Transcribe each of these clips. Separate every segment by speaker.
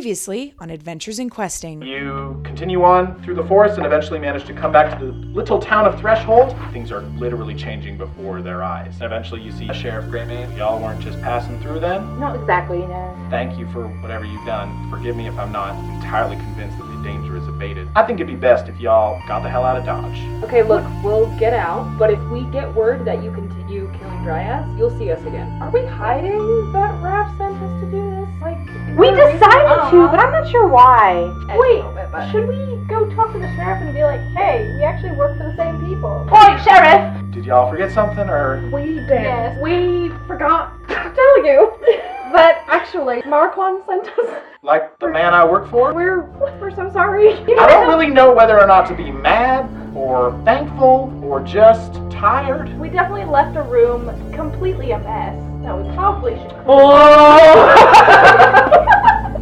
Speaker 1: Previously on Adventures in Questing.
Speaker 2: You continue on through the forest and eventually manage to come back to the little town of Threshold. Things are literally changing before their eyes. And eventually you see Sheriff Greymane. Y'all weren't just passing through then.
Speaker 3: Not exactly, no.
Speaker 2: Thank you for whatever you've done. Forgive me if I'm not entirely convinced that the danger is abated. I think it'd be best if y'all got the hell out of Dodge.
Speaker 3: Okay, look, we'll get out, but if we get word that you continue killing Dryads, you'll see us again. Are we hiding that Raph sent us to do this? Like, is
Speaker 4: We
Speaker 3: there a reason-
Speaker 4: decided to, but I'm not sure why.
Speaker 3: Edge a
Speaker 5: Wait,
Speaker 3: little bit, but-
Speaker 5: should we go talk to the sheriff and be like, hey, we actually work for the same people?
Speaker 4: Point, Sheriff!
Speaker 2: Did y'all forget something or
Speaker 5: We did.
Speaker 4: Yes.
Speaker 5: We forgot to tell you that actually Marquand sent us.
Speaker 2: like the man I work for?
Speaker 5: We're we're so sorry. You
Speaker 2: I don't
Speaker 5: know,
Speaker 2: really know whether or not to be mad or thankful or just tired.
Speaker 5: We definitely left a room completely a mess. No, we probably should.
Speaker 3: Oh!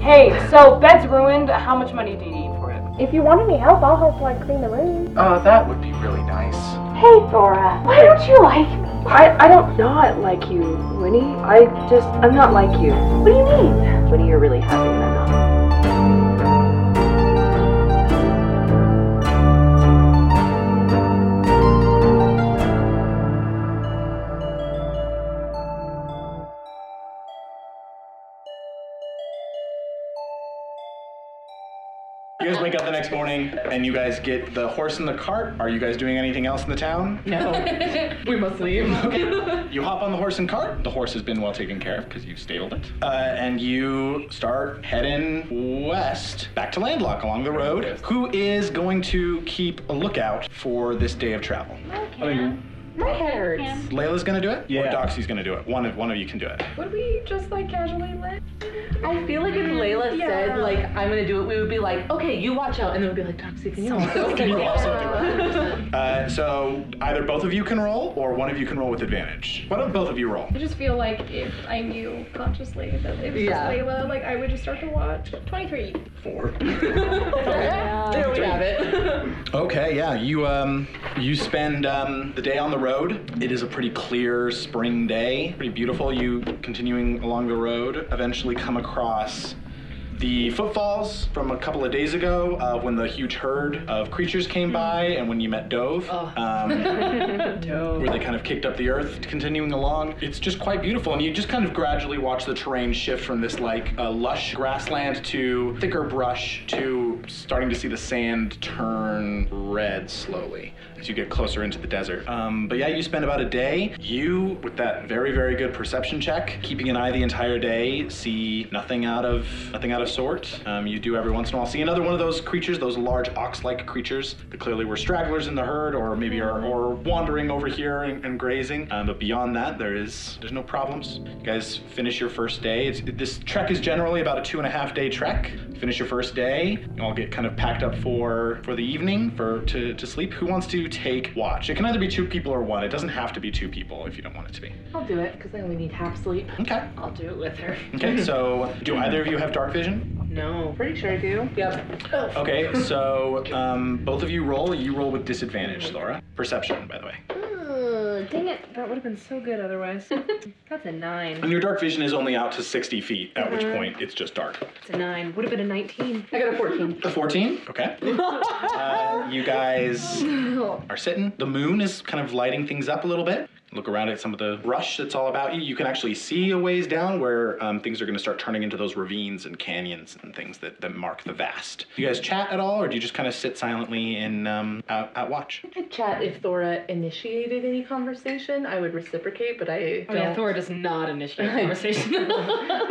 Speaker 4: Hey, so bed's ruined. How much money do you need for it?
Speaker 5: If you want any help, I'll help like clean the room.
Speaker 2: Uh, that would be really nice.
Speaker 4: Hey, Thora, why don't you like me?
Speaker 6: I, I don't not like you, Winnie. I just, I'm not like you.
Speaker 4: What do you mean?
Speaker 6: Winnie, you're really happy and I'm not.
Speaker 2: You guys wake up the next morning and you guys get the horse and the cart. Are you guys doing anything else in the town?
Speaker 4: We must leave.
Speaker 2: You hop on the horse and cart. The horse has been well taken care of because you've stabled it. Uh, and you start heading west back to Landlock along the road. Who is going to keep a lookout for this day of travel?
Speaker 4: My head hurts.
Speaker 2: Layla's going to do it? Yeah. Or Doxy's going to do it? One of, one of you can do it.
Speaker 3: Would we just like casually let?
Speaker 4: I feel like if Layla said, like, I'm gonna do it, we would be like, okay, you watch out. And then we'd be like, Toxic, can you also?
Speaker 2: Can you also do it? Uh, so either both of you can roll or one of you can roll with advantage. Why don't both of you roll?
Speaker 7: I just feel like if I knew consciously that it was
Speaker 4: Yeah.
Speaker 7: just Layla, like I would just start to watch. 23.
Speaker 2: Four.
Speaker 4: there we have it.
Speaker 2: Okay, yeah. You um you spend um the day on the road. It is a pretty clear spring day. Pretty beautiful. You continuing along the road, eventually come across the footfalls from a couple of days ago uh, when the huge herd of creatures came by and when you met Dove. Um, where they kind of kicked up the earth continuing along it's just quite beautiful and you just kind of gradually watch the terrain shift from this like uh, lush grassland to thicker brush to starting to see the sand turn red slowly as you get closer into the desert um, but yeah you spend about a day you with that very very good perception check keeping an eye the entire day see nothing out of nothing out of sort um, you do every once in a while see another one of those creatures those large ox-like creatures that clearly were stragglers in the herd or maybe are or wandering over here and, and grazing um, but beyond that there is there's no problems you guys finish your first day it's, this trek is generally about a two and a half day trek finish your first day you all get kind of packed up for for the evening for to, to sleep who wants to take watch it can either be two people or one it doesn't have to be two people if you don't want it to be
Speaker 4: I'll do it, because I only need half sleep.
Speaker 2: okay
Speaker 4: I'll do it with her.
Speaker 2: okay so do either of you have dark vision
Speaker 4: No. Pretty sure I do. Oh. Yep.
Speaker 2: Okay, so um, both of you roll. You roll with disadvantage, Laura. Perception, by the way.
Speaker 7: dang it, that would have been so good otherwise. That's a 9.
Speaker 2: And your dark vision is only out to 60 feet, at which point it's just dark.
Speaker 7: It's a 9. Would have been a 19.
Speaker 4: I got a 14.
Speaker 2: A 14? Okay. Uh, you guys are sitting. The moon is kind of lighting things up a little bit. Look around at some of the brush that's all about you. You can actually see a ways down where um, things are going to start turning into those ravines and canyons and things that, that mark the vast. Do you guys chat at all, or do you just kind of sit silently and um, out, out watch?
Speaker 4: I'd chat if Thora initiated any conversation. I would reciprocate, but I don't.
Speaker 8: Thor does not initiate conversation.
Speaker 4: but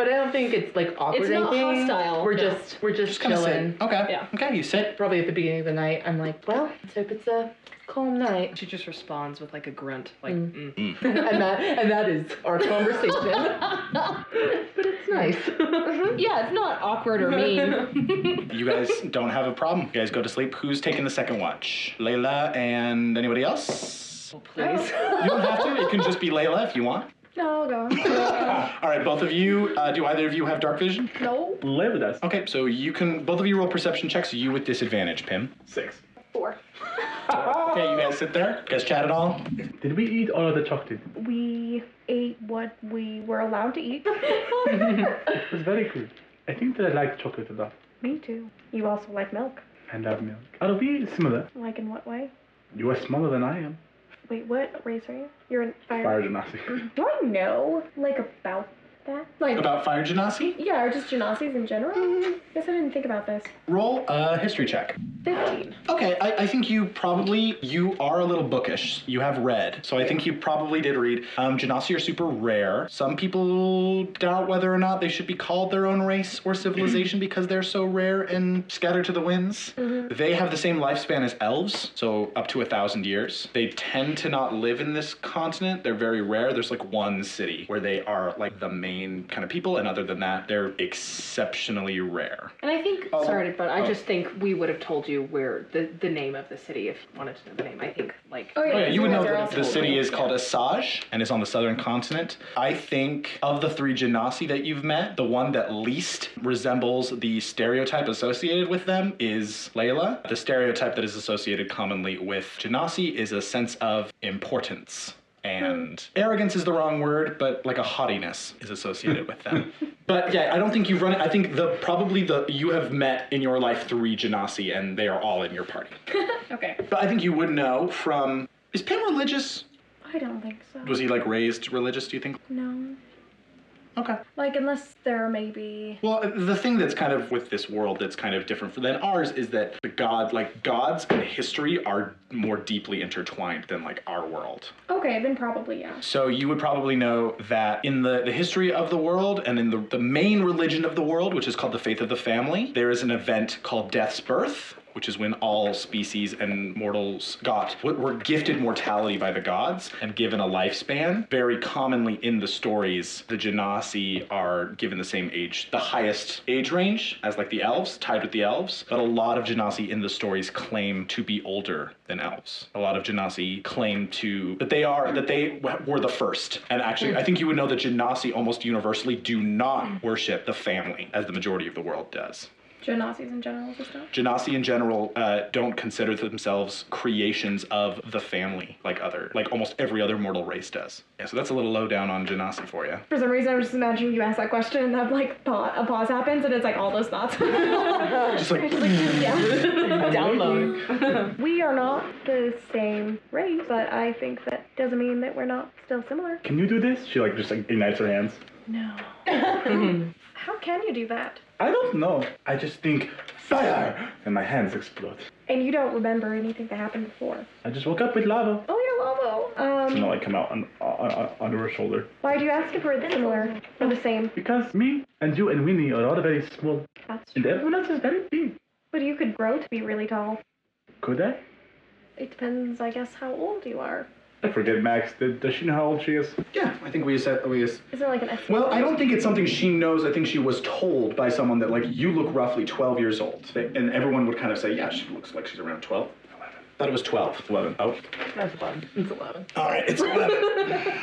Speaker 4: I don't think it's like awkward
Speaker 8: It's
Speaker 4: or
Speaker 8: not
Speaker 4: anything.
Speaker 8: hostile,
Speaker 4: We're
Speaker 8: no.
Speaker 4: just we're just,
Speaker 2: Kinda sit.
Speaker 4: chilling.
Speaker 2: Okay.
Speaker 8: Yeah.
Speaker 2: Okay, you sit.
Speaker 4: Probably at the beginning of the night, I'm like, well, let's hope it's a calm night,
Speaker 8: she just responds with like a grunt, like
Speaker 4: Mm.
Speaker 8: mm.
Speaker 4: and that and that is our conversation. but it's nice.
Speaker 8: yeah, it's not awkward or mean.
Speaker 2: You guys don't have a problem. You guys go to sleep. Who's taking the second watch? Layla and anybody else?
Speaker 8: oh, please.
Speaker 2: You don't have to. It can just be Layla if you want.
Speaker 7: No, go.
Speaker 2: All right, both of you. Uh, do either of you have dark vision?
Speaker 7: no.
Speaker 9: Layla does.
Speaker 2: Okay, so you can. Both of you roll perception checks. You with disadvantage, Pim.
Speaker 9: Six.
Speaker 5: Four.
Speaker 2: Okay, you guys sit there. You guys chat at all?
Speaker 9: Did we eat all of the chocolate?
Speaker 5: We ate what we were allowed to eat.
Speaker 9: It was very good. I think that I like chocolate a lot.
Speaker 5: Me too. You also like milk.
Speaker 9: And I love milk. Are we similar?
Speaker 5: Like in what way?
Speaker 9: You are smaller than I am.
Speaker 5: Wait, what race are you? You're an
Speaker 9: Fire
Speaker 5: Irish.
Speaker 9: genasi.
Speaker 5: Do I know like about that? Like
Speaker 2: About fire genasi?
Speaker 5: yeah, or just Genazis in general? Guess I didn't think about this.
Speaker 2: Roll a history check.
Speaker 5: Fifteen.
Speaker 2: Okay, I, I think you probably you are a little bookish. You have read, so I think you probably did read. Um, genasi are super rare. Some people doubt whether or not they should be called their own race or civilization because they're so rare and scattered to the winds. They have the same lifespan as elves, so up to a thousand years. They tend to not live in this continent. They're very rare. There's like one city where they are like the main kind of people, and other than that, they're exceptionally rare.
Speaker 8: And I think,
Speaker 2: Oh.
Speaker 8: sorry, but I
Speaker 2: Oh.
Speaker 8: just think we would have told you where the, the name of the city if you wanted to know the name. I think, like,
Speaker 2: Oh, yeah, you would know that the
Speaker 8: also
Speaker 2: city
Speaker 8: aware.
Speaker 2: is called Asaj and is on the southern continent. I think of the three Genasi that you've met, the one that least resembles the stereotype associated with them is Layla. The stereotype that is associated commonly with Genasi is a sense of importance. And arrogance is the wrong word, but like a haughtiness is associated with them. But yeah, I don't think you've run it. I think the probably the you have met in your life three Genasi, and they are all in your party.
Speaker 5: Okay.
Speaker 2: But I think you would know from. Is Pim religious?
Speaker 5: I don't think so.
Speaker 2: Was he like raised religious, do you think?
Speaker 5: No.
Speaker 2: Okay.
Speaker 5: Like unless there are maybe
Speaker 2: Well, the thing that's kind of with this world that's kind of different than ours is that the god, like gods and history are more deeply intertwined than like our world.
Speaker 5: Okay, then probably yeah.
Speaker 2: So you would probably know that in the, the history of the world and in the, the main religion of the world, which is called the faith of the family, there is an event called Death's Birth. Which is when all species and mortals got what were gifted mortality by the gods and given a lifespan. Very commonly in the stories, the Genasi are given the same age, the highest age range as like the elves, tied with the elves. But a lot of Genasi in the stories claim to be older than elves. A lot of Genasi claim to that they are that they w- were the first. And actually, I think you would know that Genasi almost universally do not worship the family as the majority of the world does.
Speaker 5: Genazis in general just don't.
Speaker 2: Genasi in general uh, don't consider themselves creations of the family like other, like almost every other mortal race does. Yeah, so that's a little lowdown on Genasi for you.
Speaker 5: For some reason, I was just imagining you ask that question, and that like thought, a pause happens, and it's like all those thoughts.
Speaker 2: Just like
Speaker 8: Download.
Speaker 5: we are not the same race, but I think that doesn't mean that we're not still similar.
Speaker 9: Can you do this? She like just like ignites her hands.
Speaker 5: No. How can you do that?
Speaker 9: I don't know. I just think fire, and my hands explode.
Speaker 5: And you don't remember anything that happened before.
Speaker 9: I just woke up with lava.
Speaker 5: Oh, you're Lavo.
Speaker 9: And
Speaker 5: Um,
Speaker 9: I like come out on, on, on, under her shoulder.
Speaker 5: why'd you ask if we're similar or the same?
Speaker 9: Because me and you and Winnie are all very small,
Speaker 5: That's
Speaker 9: and
Speaker 5: true.
Speaker 9: everyone else is very big.
Speaker 5: But you could grow to be really tall.
Speaker 9: Could I?
Speaker 5: It depends, I guess, how old you are.
Speaker 9: I forget Max. Did, does she know how old she is?
Speaker 2: yeah, I think we said we just
Speaker 5: Is it like an estimate?
Speaker 2: Well, I don't think it's something she knows. I think she was told by someone that, like, you look roughly 12 years old. They- And everyone would kind of say, yeah, she looks like she's around 12. 11. Thought it was 12. 11. Oh.
Speaker 8: That's fun. It's 11.
Speaker 2: All right, it's 11.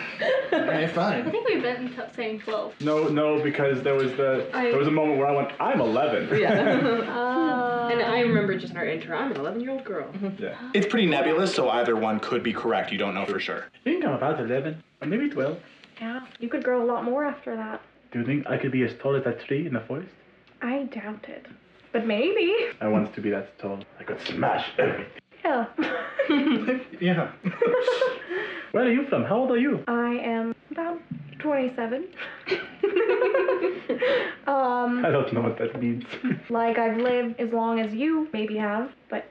Speaker 2: All right,
Speaker 10: I
Speaker 2: fine.
Speaker 10: think we've been t- saying 12.
Speaker 9: No, no, because there was the
Speaker 10: I-
Speaker 9: there was a moment where I went, I'm 11.
Speaker 8: Yeah.
Speaker 10: Uh,
Speaker 8: and I remember just in our intro, I'm an 11 year old girl.
Speaker 9: yeah.
Speaker 2: It's pretty nebulous, so either one could be correct. You don't know for sure.
Speaker 9: I think I'm about 11, or maybe 12.
Speaker 5: Yeah, you could grow a lot more after that.
Speaker 9: Do you think I could be as tall as that tree in the forest?
Speaker 5: I doubt it. But maybe.
Speaker 9: I want to be that tall. I could smash everything.
Speaker 5: Yeah.
Speaker 2: Yeah.
Speaker 9: Where are you from? How old are you?
Speaker 5: I am about 27. um,
Speaker 9: I don't know what that means.
Speaker 5: like I've lived as long as you maybe have, but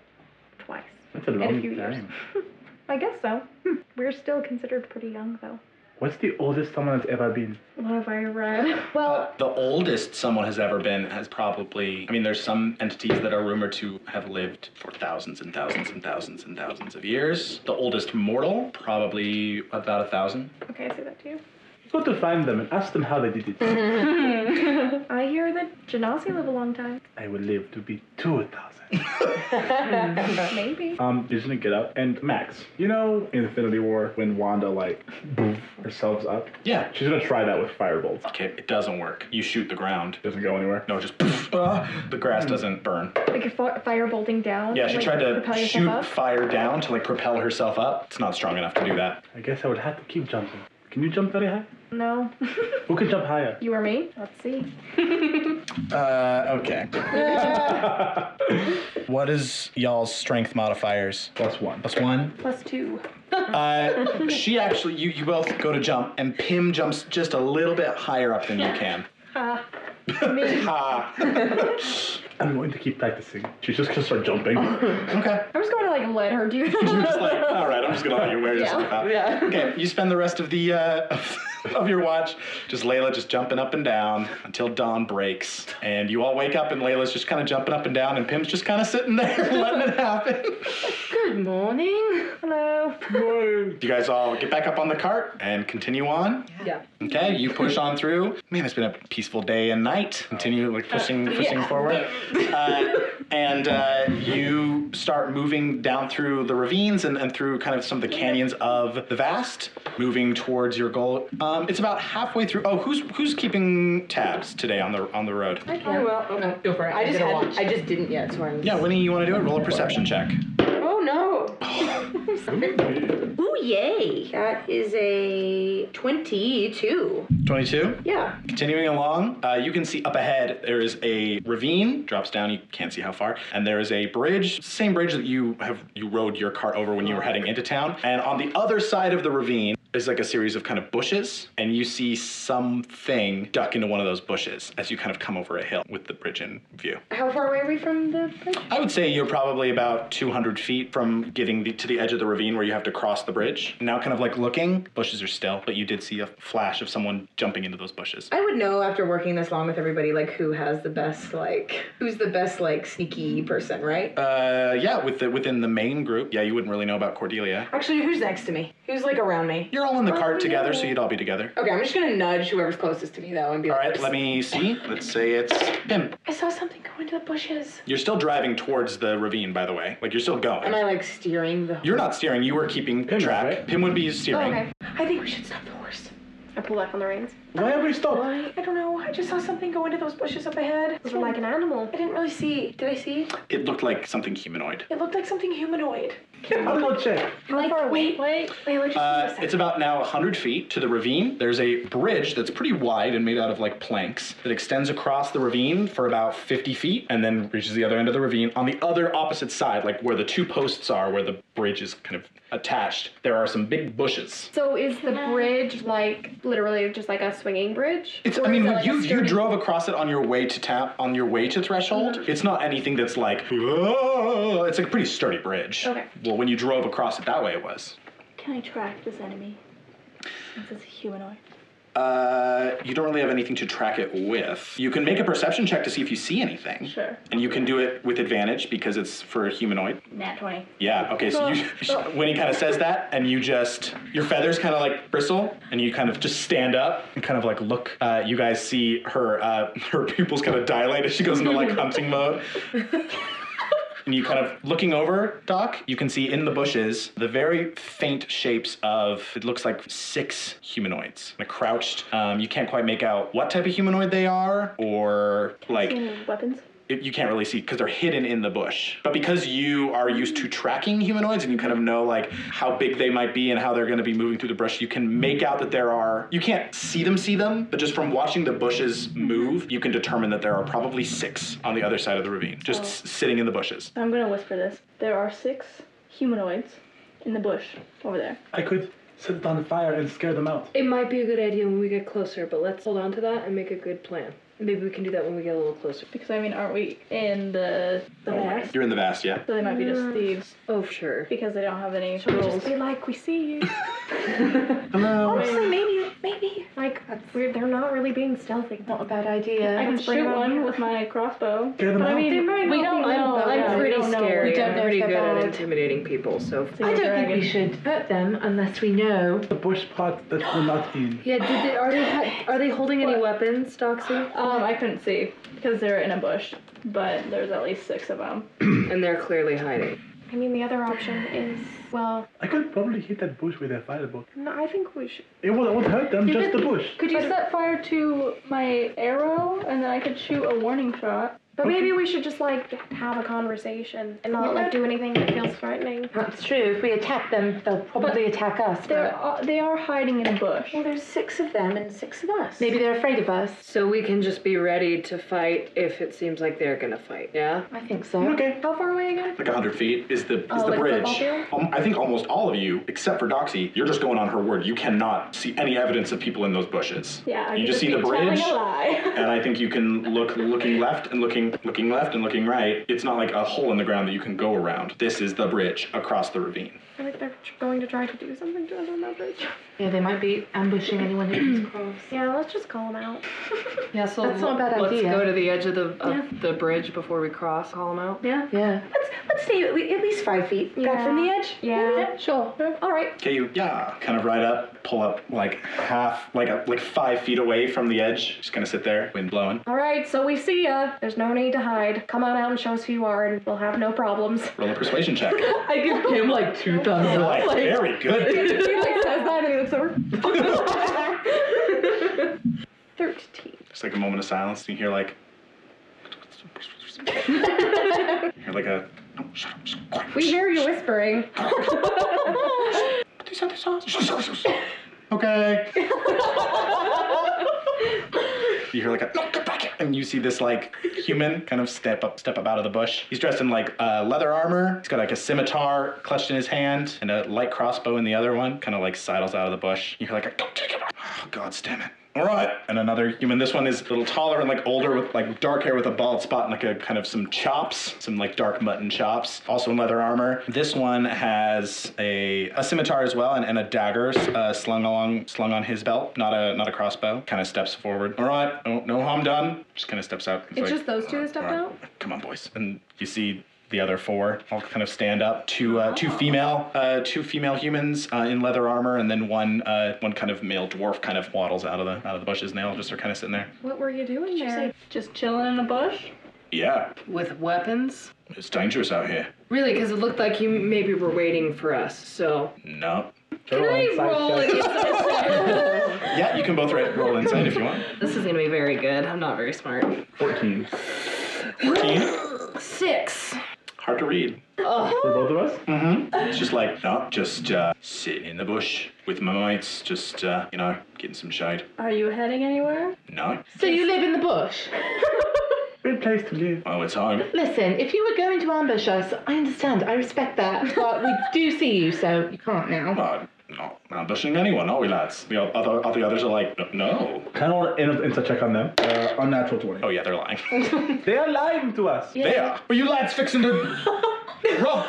Speaker 5: twice.
Speaker 9: That's a
Speaker 5: In
Speaker 9: long
Speaker 5: a few years.
Speaker 9: time.
Speaker 5: I guess so. Hmm. We're still considered pretty young, though.
Speaker 9: What's the oldest someone has ever been?
Speaker 5: What have I read? Well,
Speaker 2: The oldest someone has ever been has probably, I mean, there's some entities that are rumored to have lived for thousands and thousands and thousands and thousands of years. The oldest mortal, probably about a thousand.
Speaker 5: okay, I say that to you.
Speaker 9: Go to find them and ask them how they did it.
Speaker 5: I hear that Genasi live a long time.
Speaker 9: I will live to be 2,000.
Speaker 5: Maybe.
Speaker 9: Um, you just gonna get up. And Max, you know in Infinity War when Wanda, like, boom, herself up?
Speaker 2: Yeah.
Speaker 9: She's gonna try that with firebolts.
Speaker 2: Okay, it doesn't work. You shoot the ground.
Speaker 9: Doesn't go anywhere.
Speaker 2: No, just ah, the grass doesn't burn.
Speaker 5: Like a fi- fire bolting down.
Speaker 2: Yeah, she
Speaker 5: Hmm. like,
Speaker 2: tried
Speaker 5: propel
Speaker 2: to
Speaker 5: yourself
Speaker 2: shoot
Speaker 5: up.
Speaker 2: fire down to like propel herself up. It's not strong enough to do that.
Speaker 9: I guess I would have to keep jumping. Can you jump very high?
Speaker 5: No.
Speaker 9: Who can jump higher?
Speaker 5: you or me? Let's see.
Speaker 2: Uh, okay. what is y'all's strength modifiers?
Speaker 9: Plus one.
Speaker 2: Plus one.
Speaker 5: Plus two.
Speaker 2: Uh, she actually, you, you both go to jump, and Pim jumps just a little bit higher up than you can.
Speaker 4: Uh,
Speaker 5: Ha.
Speaker 2: Ha.
Speaker 9: I'm going to keep practicing. She's just gonna start jumping.
Speaker 2: okay.
Speaker 5: I'm just going to like let her do
Speaker 2: Just like, all right, I'm just gonna let you wear yourself out.
Speaker 4: Yeah.
Speaker 2: Okay, you spend the rest of the uh, of your watch just Layla just jumping up and down until dawn breaks, and you all wake up and Layla's just kind of jumping up and down, and Pim's just kind of sitting there letting it happen.
Speaker 4: Good morning.
Speaker 5: Hello.
Speaker 2: You guys all get back up on the cart and continue on.
Speaker 7: Yeah.
Speaker 2: Okay, you push on through. Man, it's been a peaceful day and night. Continue like pushing, pushing forward, uh, and uh, you start moving down through the ravines and, and through kind of some of the canyons of the vast, moving towards your goal. Um, it's about halfway through. Oh, who's who's keeping tabs today on the on the road?
Speaker 4: Oh, well, okay. go for it.
Speaker 8: I just
Speaker 4: gotta
Speaker 8: hadn't-
Speaker 4: watch.
Speaker 8: I just didn't yet, so I'm.
Speaker 2: Yeah, Winnie, you want to do it? Roll a perception check.
Speaker 8: Oh no.
Speaker 4: Ooh, yay.
Speaker 8: That is a twenty-two.
Speaker 2: Twenty-two.
Speaker 8: Yeah.
Speaker 2: Continuing along, uh, you can see up ahead there is a ravine, drops down, you can't see how far, and there is a bridge, same bridge that you have you rode your cart over when you were heading into town. And on the other side of the ravine is like a series of kind of bushes, and you see something duck into one of those bushes as you kind of come over a hill with the bridge in view.
Speaker 5: How far away are we from the bridge?
Speaker 2: I would say you're probably about 200 feet from getting the, to the edge of the ravine where you have to cross the bridge. Now, kind of like looking, bushes are still, but you did see a flash of someone jumping into those bushes.
Speaker 8: I would know after working this long with everybody, like who has the best, like who's the best, like sneaky person, right?
Speaker 2: Uh, yeah, with the, within the main group. Yeah, you wouldn't really know about Cordelia.
Speaker 8: Actually, who's next to me? Who's like around me?
Speaker 2: You're all in the cart together, so you'd all be together.
Speaker 8: Okay, I'm just gonna nudge whoever's closest to me though, and be
Speaker 2: All
Speaker 8: like,
Speaker 2: right, let me see. Let's say it's Pim.
Speaker 8: I saw something go into the bushes.
Speaker 2: You're still driving towards the ravine, by the way. Like you're still
Speaker 8: Am
Speaker 2: going.
Speaker 8: I like steering the?
Speaker 2: You're not steering. You were keeping
Speaker 9: Pim is,
Speaker 2: track.
Speaker 9: right?
Speaker 2: Pim would be steering.
Speaker 5: okay.
Speaker 8: I think we should stop the horse.
Speaker 5: I pull back on the reins.
Speaker 9: Why have we stopped?
Speaker 8: I don't know. I just saw something go into those bushes up ahead.
Speaker 5: Is it like an animal?
Speaker 8: I didn't really see. Did I see?
Speaker 2: It looked like something humanoid.
Speaker 8: It looked like something humanoid.
Speaker 9: How did I check?
Speaker 5: How far away?
Speaker 10: Wait,
Speaker 8: Layla, just
Speaker 2: Uh, it's about now 100 feet to the ravine. There's a bridge that's pretty wide and made out of like planks that extends across the ravine for about 50 feet and then reaches the other end of the ravine. On the other opposite side, like where the two posts are, where the bridge is kind of attached, there are some big bushes.
Speaker 5: So is the bridge like literally just like a swinging bridge?
Speaker 2: It's, I
Speaker 5: Or is
Speaker 2: mean,
Speaker 5: it, like, a
Speaker 2: you you
Speaker 5: sturdy-
Speaker 2: drove across it on your way to tap on your way to threshold.
Speaker 5: Mm-hmm.
Speaker 2: It's not anything that's like "Whoa." it's like a pretty sturdy bridge.
Speaker 5: Okay.
Speaker 2: Well, when you drove across it that way, it was.
Speaker 10: Can I track this enemy? This is a humanoid.
Speaker 2: Uh, you don't really have anything to track it with. You can make a perception check to see if you see anything.
Speaker 10: Sure.
Speaker 2: And you can do it with advantage because it's for a humanoid.
Speaker 10: Nat 20.
Speaker 2: Yeah, okay, so you, when he kind of says that, and you just, your feathers kind of like bristle, and you kind of just stand up and kind of like look. Uh, you guys see her, uh, her pupils kind of dilate as she goes into like hunting mode. And you kind of looking over, Doc, you can see in the bushes the very faint shapes of it looks like six humanoids. They're crouched. Um, you can't quite make out what type of humanoid they are, or like
Speaker 10: Any weapons?
Speaker 2: it, you can't really see because they're hidden in the bush. But because you are used to tracking humanoids and you kind of know like how big they might be and how they're going to be moving through the brush, you can make out that there are. You can't see them, see them, but just from watching the bushes move, you can determine that there are probably six on the other side of the ravine, just s- sitting in the bushes.
Speaker 10: I'm gonna whisper this. There are six humanoids in the bush over there.
Speaker 9: I could set it on fire and scare them out.
Speaker 7: It might be a good idea when we get closer, but let's hold on to that and make a good plan. Maybe we can do that when we get a little closer.
Speaker 10: Because I mean, aren't we in the the mass?
Speaker 2: You're in the vast, yeah.
Speaker 10: So they might be just thieves
Speaker 7: Oh, sure.
Speaker 10: because they don't have any controls.
Speaker 5: Just be like, we see you.
Speaker 2: Hello.
Speaker 5: Honestly, maybe, maybe like that's weird. They're not really being stealthy.
Speaker 10: Not a bad idea. I can
Speaker 5: Let's bring
Speaker 10: shoot
Speaker 5: them
Speaker 10: one
Speaker 5: here.
Speaker 10: with my crossbow.
Speaker 9: Scare them
Speaker 10: But I
Speaker 9: out.
Speaker 10: mean,
Speaker 5: They might
Speaker 10: we
Speaker 5: not
Speaker 10: don't
Speaker 5: be-
Speaker 10: know.
Speaker 5: I'm- I'm
Speaker 10: yeah, we
Speaker 5: pretty
Speaker 10: don't know
Speaker 5: scary.
Speaker 10: We don't
Speaker 5: I'm
Speaker 10: know
Speaker 5: pretty
Speaker 10: if they're bad.
Speaker 8: intimidating people, so.
Speaker 10: It's a dragon.
Speaker 7: should hurt them unless we know.
Speaker 9: The bush part that we're not in.
Speaker 7: Yeah, did they, are they ha- are they holding any weapons, Doxy?
Speaker 10: Um, I couldn't see because they're in a bush, but there's at least six of them.
Speaker 8: And they're clearly hiding.
Speaker 5: I mean, the other option is well,
Speaker 9: I could probably hit that bush with a firebolt.
Speaker 5: no, I think we should.
Speaker 9: It won't, it won't hurt them, just the bush.
Speaker 10: Could you set fire to my arrow and then I could shoot a warning shot?
Speaker 5: But maybe we should just like have a conversation and not like do anything that feels frightening.
Speaker 4: That's true. If we attack them, they'll probably attack us.
Speaker 10: They're
Speaker 4: But
Speaker 10: uh, they are hiding in a bush.
Speaker 8: Well, there's six of them and six of us.
Speaker 4: maybe they're afraid of us.
Speaker 7: So we can just be ready to fight if it seems like they're gonna fight, yeah?
Speaker 4: I think so.
Speaker 2: Okay.
Speaker 5: How far away again?
Speaker 2: Like 100 feet is the is
Speaker 5: Oh,
Speaker 2: the
Speaker 5: like
Speaker 2: bridge.
Speaker 5: football field?
Speaker 2: Um, I think almost all of you, except for Doxy, you're just going on her word. You cannot see any evidence of people in those bushes.
Speaker 10: Yeah, I
Speaker 2: You
Speaker 10: could
Speaker 2: just see the
Speaker 10: be telling
Speaker 2: bridge,
Speaker 10: a lie.
Speaker 2: and I think you can look looking left and looking looking left and looking right. It's not like a hole in the ground that you can go around. This is the bridge across the ravine.
Speaker 5: I think they're tr- going to try to do something to us on that bridge.
Speaker 4: Yeah, they might be ambushing anyone who comes across.
Speaker 5: Yeah, let's just call them out.
Speaker 7: Yeah, so
Speaker 4: That's not a bad
Speaker 7: let's
Speaker 4: idea.
Speaker 7: go to the edge of the of the bridge before we cross, call them out.
Speaker 8: Yeah.
Speaker 4: Yeah.
Speaker 8: Let's let's stay at le- at least five feet back from the edge.
Speaker 5: Yeah.
Speaker 8: Sure. All right.
Speaker 2: Okay, you yeah, kind of ride up, pull up like half, like a, like five feet away from the edge. Just gonna sit there, wind blowing.
Speaker 5: All right, so we see ya. There's no need to hide. Come on out and show us who you are, and we'll have no problems.
Speaker 2: Roll a persuasion check.
Speaker 4: I give him like two thumbs
Speaker 2: like, very good.
Speaker 5: he like says that, and he looks over.
Speaker 10: Thirteen.
Speaker 2: Just like a moment of silence, and you hear like. hear like a. No, shut up, just quiet.
Speaker 5: We hear you whispering.
Speaker 2: Do something, sauce. Okay. you hear like a no, get back here," and you see this like human kind of step up, step up out of the bush. He's dressed in like uh, leather armor. He's got like a scimitar clutched in his hand and a light crossbow in the other one. Kind of like sidles out of the bush. You hear like a don't take it. Oh, God damn it. All right, and another human. This one is a little taller and like older, with like dark hair with a bald spot and like a kind of some chops, some like dark mutton chops. Also in leather armor. This one has a, a scimitar as well and, and a dagger uh, slung along, slung on his belt. Not a not a crossbow. Kind of steps forward. All right, no, no harm done. Just kind of steps out.
Speaker 5: It's just those two that stepped
Speaker 2: "All right, Come on, boys, and you see. The other four all kind of stand up. Two uh, two female uh, two female humans uh, in leather armor, and then one uh, one kind of male dwarf kind of waddles out of the out of the bushes, and they all just are kind of sitting there.
Speaker 5: What were you doing there?
Speaker 10: Just chilling in a bush.
Speaker 2: Yeah,
Speaker 7: With weapons?
Speaker 2: it's dangerous out here.
Speaker 7: Really, because it looked like you maybe were waiting for us, so.
Speaker 2: No.
Speaker 9: Can I roll
Speaker 2: Yeah, you can both ri- roll inside if you want.
Speaker 7: This is gonna be very good. I'm not very smart.
Speaker 9: 14.
Speaker 2: 14.
Speaker 7: Six.
Speaker 2: Hard to read.
Speaker 9: For both of us?
Speaker 2: It's just like, no, just uh, sitting in the bush with my mates, just, uh, you know, getting some shade.
Speaker 10: Are you heading anywhere?
Speaker 2: No.
Speaker 4: So you live in the bush.
Speaker 9: Good place to live.
Speaker 2: Oh, it's home.
Speaker 4: Listen, if you were going to ambush us, I understand. I respect that. But we do see you, so you can't now.
Speaker 2: Well, not ambushing anyone, are we, lads? The o- other, other others are like, "No, no.
Speaker 9: Kind of want to insight check on them. Uh, unnatural 20.
Speaker 2: Oh, yeah, they're lying.
Speaker 9: They are lying to us.
Speaker 2: They are. Are you lads fixing to rob?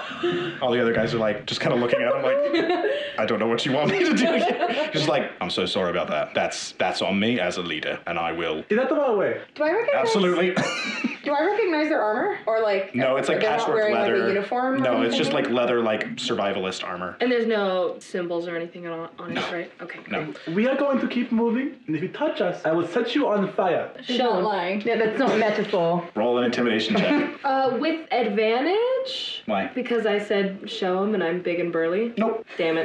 Speaker 2: All the other guys are like, just kind of looking at him like, I don't know what you want me to do. He's just like, I'm so sorry about that. That's that's on me as a leader, and I will.
Speaker 9: Is that the right way?
Speaker 8: Do I recognize?
Speaker 2: Absolutely.
Speaker 8: Do I recognize their armor or like?
Speaker 2: no, it's like
Speaker 8: they're not
Speaker 2: patchwork
Speaker 8: wearing
Speaker 2: leather.
Speaker 8: Like a uniform. or
Speaker 2: no, it's
Speaker 8: anything?
Speaker 2: just like leather, like survivalist armor.
Speaker 7: And there's no symbols or anything on, on it, right? Okay.
Speaker 2: No.
Speaker 9: We are going to keep moving, and if you touch us, I will set you on fire.
Speaker 10: Not lying.
Speaker 4: No, that's not a metaphor.
Speaker 2: Roll an intimidation check.
Speaker 7: Uh, with advantage?
Speaker 2: Why?
Speaker 7: Because I said show them and I'm big and burly.
Speaker 2: Nope.
Speaker 7: Damn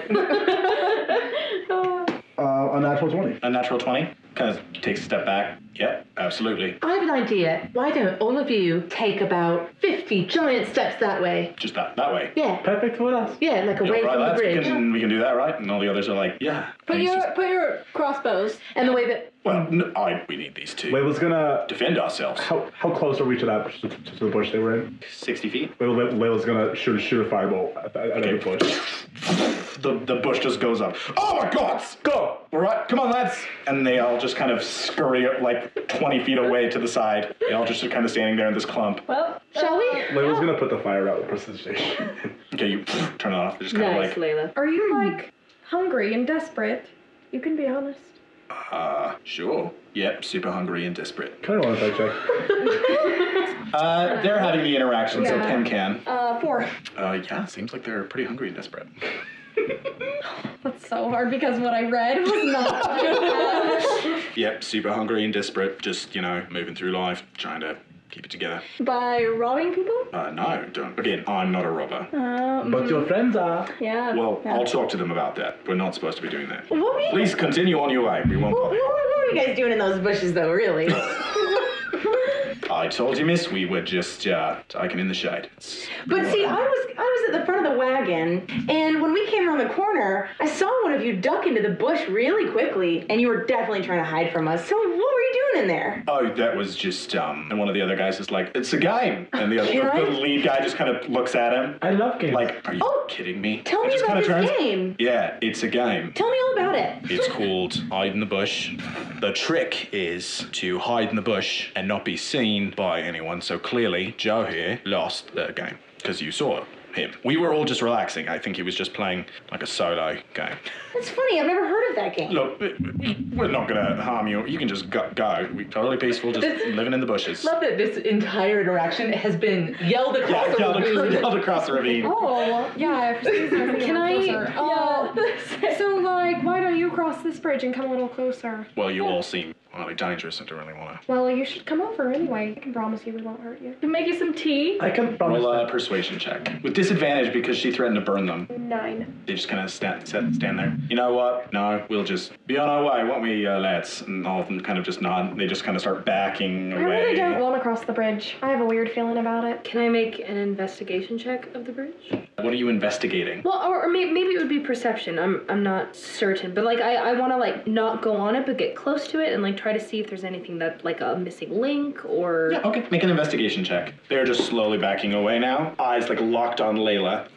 Speaker 7: it.
Speaker 9: Uh, unnatural 20.
Speaker 2: A natural twenty. Kind of takes a step back. Yep, absolutely.
Speaker 4: I have an idea. Why don't all of you take about 50 giant steps that way?
Speaker 2: Just that that way.
Speaker 4: Yeah,
Speaker 9: Perfect for us.
Speaker 4: yeah, like
Speaker 2: You
Speaker 4: away
Speaker 2: know, right,
Speaker 4: from the
Speaker 2: lads? We
Speaker 4: bridge.
Speaker 2: can, we can do that, right? And all the others are like, yeah.
Speaker 10: Put
Speaker 2: And he's just-
Speaker 10: your put your crossbows.
Speaker 4: And the way that.
Speaker 2: well, no, I, we need these two.
Speaker 9: Wait, was gonna.
Speaker 2: Defend ourselves.
Speaker 9: How, how close are we to that to, to the bush they were in?
Speaker 2: 60 feet.
Speaker 9: Wait, wait, wait, was gonna shoot, shoot a fireball at, at, at every bush.
Speaker 2: The, the bush just goes up. Oh my god, go! All right, come on, lads! And they all just kind of scurry up like 20 feet away to the side. They all just are kind of standing there in this clump.
Speaker 10: Well,
Speaker 4: Shall we?
Speaker 9: Wait, was gonna put the fire out with precision.
Speaker 2: Okay, you turn it off. They're just kind
Speaker 7: nice,
Speaker 2: of like,
Speaker 7: Layla.
Speaker 5: Are
Speaker 8: "Hmm."
Speaker 5: you like hungry and desperate? You can be honest.
Speaker 2: uh, sure. Yep, super hungry and desperate.
Speaker 9: kind of want to check.
Speaker 2: Uh, they're having the interaction, so Pen can.
Speaker 10: uh, four.
Speaker 2: Uh, yeah, seems like they're pretty hungry and desperate.
Speaker 5: That's so hard because what I read was not.
Speaker 2: Yep, super hungry and desperate. Just, you know, moving through life, trying to keep it together.
Speaker 10: By robbing people?
Speaker 2: Uh, no, don't. Again, I'm not a robber.
Speaker 10: Um,
Speaker 9: But your friends are.
Speaker 10: yeah.
Speaker 2: Well,
Speaker 10: yeah.
Speaker 2: I'll talk to them about that. We're not supposed to be doing that.
Speaker 8: What were you?
Speaker 2: Please continue on your way. We won't
Speaker 8: What, what,
Speaker 2: bother.
Speaker 8: what were you guys doing in those bushes though? Really?
Speaker 2: I told you, miss, we were just uh, talking in the shade.
Speaker 8: But see, I was I was at the front of the wagon, and when we came around the corner, I saw one of you duck into the bush really quickly, and you were definitely trying to hide from us. So what were you doing in there?
Speaker 2: Oh, that was just, um, and one of the other guys is like, it's a guy. And the other,
Speaker 8: Karen?
Speaker 2: the lead guy just kind of looks at him. I love games. Like, are you kidding me?
Speaker 8: Oh, Tell
Speaker 2: It
Speaker 8: me
Speaker 2: just
Speaker 8: about
Speaker 2: kinda
Speaker 8: this
Speaker 2: turns-
Speaker 8: game.
Speaker 2: Yeah, it's a game.
Speaker 8: Tell me all about it.
Speaker 2: It's called Hide in the Bush. The trick is to hide in the bush and not be seen by anyone. So clearly, Joe here lost the game because you saw him. We were all just relaxing. I think he was just playing like a solo game.
Speaker 8: That's funny. I've never heard of that game.
Speaker 2: Look, we- we- we're not gonna harm you. You can just go. go. We're totally peaceful, just living in the bushes.
Speaker 4: Love that this entire interaction has been yelled across.
Speaker 2: Yeah,
Speaker 4: the
Speaker 2: yelled,
Speaker 4: room.
Speaker 2: yelled across the ravine.
Speaker 11: Oh, yeah. For some reason,
Speaker 5: Can
Speaker 11: Can I?
Speaker 5: I-
Speaker 11: Oh, so like, why don't you cross this bridge and come a little closer?
Speaker 2: Well, you all seem highly dangerous. I don't really want
Speaker 11: Well, you should come over anyway. I can promise you we won't hurt you. Can make you some tea.
Speaker 2: to. I can promise. Roll a persuasion check with disadvantage because she threatened to burn them.
Speaker 11: Nine.
Speaker 2: They just kind of stand, stand, stand there. You know what? No, we'll just be on our way, won't we, uh, lads? And all of them kind of just nod. They just kind of start backing
Speaker 11: I really
Speaker 2: away.
Speaker 11: don't want to cross the bridge. I have a weird feeling about it.
Speaker 7: Can I make an investigation check of the bridge?
Speaker 2: What are you investigating?
Speaker 7: Well, or, or maybe, maybe it would be perception. I'm I'm not certain, but like I, I want to like not go on it, but get close to it and like try to see if there's anything that like a missing link or.
Speaker 2: Yeah. Okay. Make an investigation check. They're just slowly backing away now. Eyes like locked on Layla.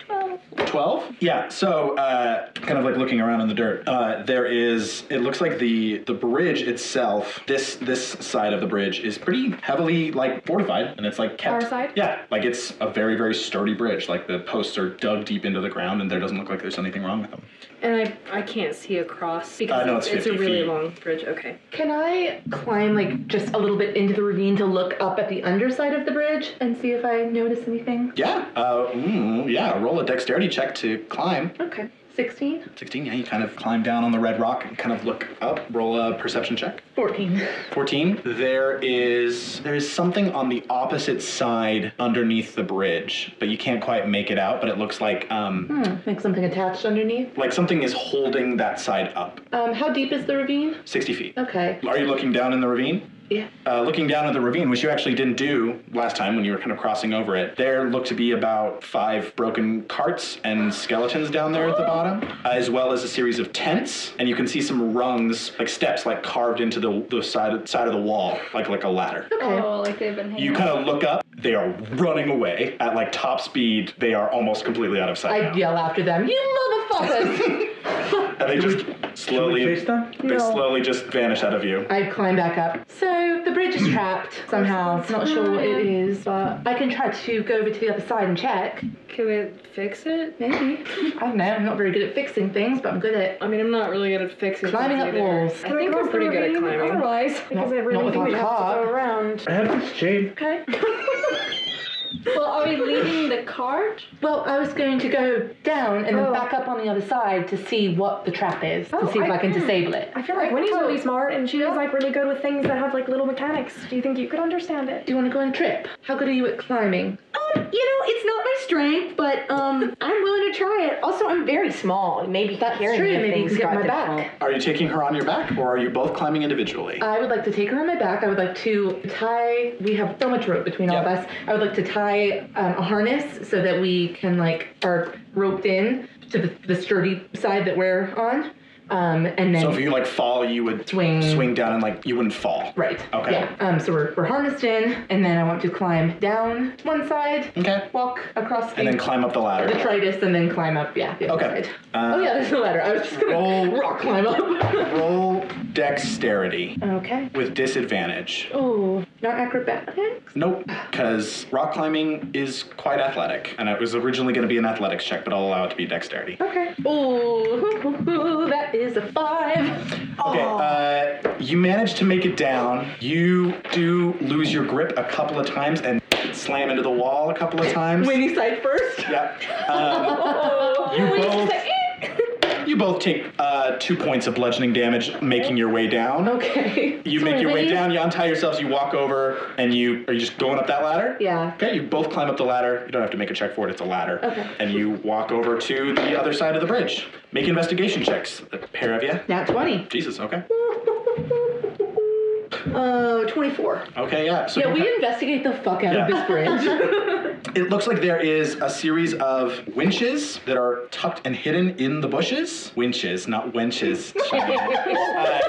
Speaker 2: 12? Yeah, so uh, kind of like looking around in the dirt. Uh, there is it looks like the the bridge itself, this this side of the bridge is pretty heavily like fortified and it's like kept
Speaker 11: Our side?
Speaker 2: Yeah, like it's a very very sturdy bridge. Like the posts are dug deep into the ground and there doesn't look like there's anything wrong with them.
Speaker 7: And I I can't see across because
Speaker 2: Uh, no, it's
Speaker 7: it's, a
Speaker 2: 50
Speaker 7: really
Speaker 2: feet.
Speaker 7: long bridge. Okay.
Speaker 4: Can I climb like just a little bit into the ravine to look up at the underside of the bridge and see if I notice anything?
Speaker 2: Yeah. Uh, mm, yeah, roll a dexterity check to climb.
Speaker 4: Okay. 16?
Speaker 2: 16. Yeah, you kind of climb down on the red rock and kind of look up. Roll a perception check.
Speaker 4: 14.
Speaker 2: 14 there is there is something on the opposite side underneath the bridge but you can't quite make it out but it looks like um
Speaker 4: Hmm. Like something attached underneath.
Speaker 2: like something is holding that side up
Speaker 4: Um, how deep is the ravine?
Speaker 2: 60 feet
Speaker 4: Okay.
Speaker 2: are you looking down in the ravine
Speaker 4: Yeah.
Speaker 2: uh, looking down at the ravine, which you actually didn't do last time when you were kind of crossing over it, there looked to be about five broken carts and skeletons down there at the bottom, as well as a series of tents. And you can see some rungs, like steps, like carved into the, the side side of the wall, like like a ladder.
Speaker 10: Oh, like they've been hanging
Speaker 2: You kind of look up. They are running away at like top speed. They are almost completely out of sight.
Speaker 4: I yell after them, you motherfuckers!
Speaker 2: and they just slowly They
Speaker 4: No.
Speaker 2: slowly just vanish out of view.
Speaker 4: I climb back up. So the bridge is trapped somehow. It's not sure what it is, but I can try to go over to the other side and check.
Speaker 7: Can we fix it?
Speaker 4: Maybe. I don't know. I'm not very good at fixing things, but I'm good at
Speaker 7: I mean, I'm not really good at fixing
Speaker 4: climbing up
Speaker 7: things either.
Speaker 4: walls.
Speaker 7: I think we're pretty good at
Speaker 10: Oh.
Speaker 7: climbing.
Speaker 11: Otherwise, because I
Speaker 4: not
Speaker 11: really
Speaker 4: with
Speaker 11: think
Speaker 4: my
Speaker 11: we have to
Speaker 4: car.
Speaker 11: go around.
Speaker 9: I have this chain.
Speaker 11: Okay.
Speaker 10: Well, are we leaving the cart?
Speaker 4: Well, I was going to go down and then
Speaker 11: Oh.
Speaker 4: back up on the other side to see what the trap is,
Speaker 11: Oh,
Speaker 4: to see if
Speaker 11: I-
Speaker 4: I, can disable it.
Speaker 11: I feel like Winnie's really smart, and she's like really good with things that have like little mechanics. Do you think you could understand it?
Speaker 4: Do you want to go on a trip? How good are you at climbing?
Speaker 8: Um, you know, it's not my strength, but um, I'm willing to try it. Also, I'm very small. Maybe
Speaker 4: That's
Speaker 8: carrying
Speaker 4: true.
Speaker 8: the
Speaker 4: Maybe you
Speaker 8: things
Speaker 4: can get
Speaker 8: got
Speaker 4: on my
Speaker 8: difficult.
Speaker 4: back.
Speaker 2: Are you taking her on your back, or are you both climbing individually?
Speaker 4: I would like to take her on my back. I would like to tie. We have so much rope between all of us. I would like to tie um, a harness so that we can like are roped in to the, the sturdy side that we're on, um, and then
Speaker 2: so if you like fall, you would
Speaker 4: Swing.
Speaker 2: swing down, and like you wouldn't fall.
Speaker 4: right.
Speaker 2: Okay.
Speaker 4: Yeah. Um, so we're, we're harnessed in, and then I want to climb down one side,
Speaker 2: Okay.
Speaker 4: walk across the
Speaker 2: Mm-hmm. And then climb up the ladder.
Speaker 4: detritus, and then climb up. Yeah. The other
Speaker 2: Okay.
Speaker 4: Side.
Speaker 2: Uh,
Speaker 4: oh yeah, there's a ladder. I was just gonna
Speaker 2: Roll,
Speaker 4: rock climb up.
Speaker 2: roll dexterity
Speaker 4: okay.
Speaker 2: with disadvantage.
Speaker 4: Oh, not acrobatics.
Speaker 2: Nope, because rock climbing is quite athletic, and it was originally going to be an athletics check, but I'll allow it to be dexterity.
Speaker 4: Okay. Ooh, that is a five.
Speaker 2: Okay, uh, you manage to make it down. You do lose your grip a couple of times and slam into the wall a couple of times.
Speaker 4: Winnie side first.
Speaker 2: Yep.
Speaker 4: Uh,
Speaker 2: Um, you both. You both take uh, two points of bludgeoning damage, making your way down.
Speaker 4: Okay.
Speaker 2: You make your way down. You untie yourselves. You walk over, and you are you just going up that ladder?
Speaker 4: Yeah.
Speaker 2: Okay. You both climb up the ladder. You don't have to make a check for it. It's a ladder.
Speaker 4: Okay.
Speaker 2: And you walk over to the other side of the bridge. Make investigation checks. The pair of you.
Speaker 4: Now 20.
Speaker 2: Jesus. Okay.
Speaker 4: Uh, 24.
Speaker 2: Okay, yeah. So
Speaker 4: yeah,
Speaker 2: you
Speaker 4: we
Speaker 2: ha-
Speaker 4: investigate the fuck out
Speaker 2: Yeah.
Speaker 4: of this bridge.
Speaker 2: It looks like there is a series of winches that are tucked and hidden in the bushes. Winches, not wenches. Uh,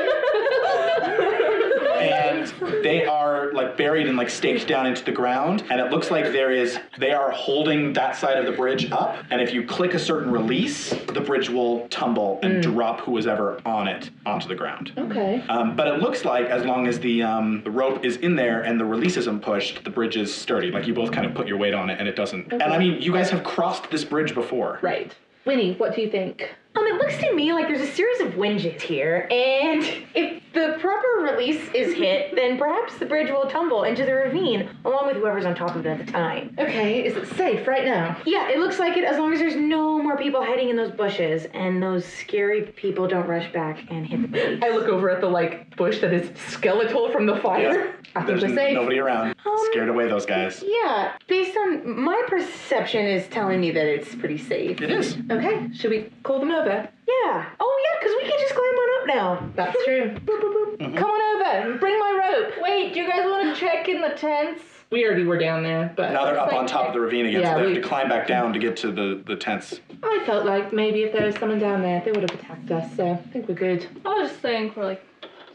Speaker 2: and they are like buried and like staked down into the ground. And it looks like there is, they are holding that side of the bridge up. And if you click a certain release, the bridge will tumble and drop who was ever on it onto the ground.
Speaker 4: okay.
Speaker 2: Um, but it looks like as long as the um, the rope is in there and the release isn't pushed, the bridge is sturdy. Like you both kind of put your weight on it and it doesn't. And I mean, you guys have crossed this bridge before.
Speaker 4: Right. Winnie, what do you think?
Speaker 8: Um, it looks to me like there's a series of winges here, and if the proper release is hit, then perhaps the bridge will tumble into the ravine along with whoever's on top of it at the time.
Speaker 4: Okay, is it safe right now?
Speaker 8: Yeah, it looks like it as long as there's no more people hiding in those bushes and those scary people don't rush back and hit the bridge.
Speaker 4: I look over at the like bush that is skeletal from the fire. I think
Speaker 2: There's
Speaker 4: we're
Speaker 2: n-
Speaker 4: safe.
Speaker 2: nobody around. Scared away those guys.
Speaker 8: Yeah, based on my perception is telling me that it's pretty safe.
Speaker 2: It is.
Speaker 4: Okay, should we call them over?
Speaker 8: Yeah. Oh yeah, because we can just climb on up now.
Speaker 4: That's true.
Speaker 2: Mm-hmm.
Speaker 8: Come on over. Bring my rope.
Speaker 11: Wait, do you guys want to check in the tents?
Speaker 4: We already were down there, but
Speaker 2: Now they're up on top of the ravine again,
Speaker 4: Yeah,
Speaker 2: so they
Speaker 4: we-
Speaker 2: have to climb back down to get to the, the tents.
Speaker 4: I felt like maybe if there was someone down there, they would have attacked us. So I think we're good.
Speaker 10: I was just think we're like,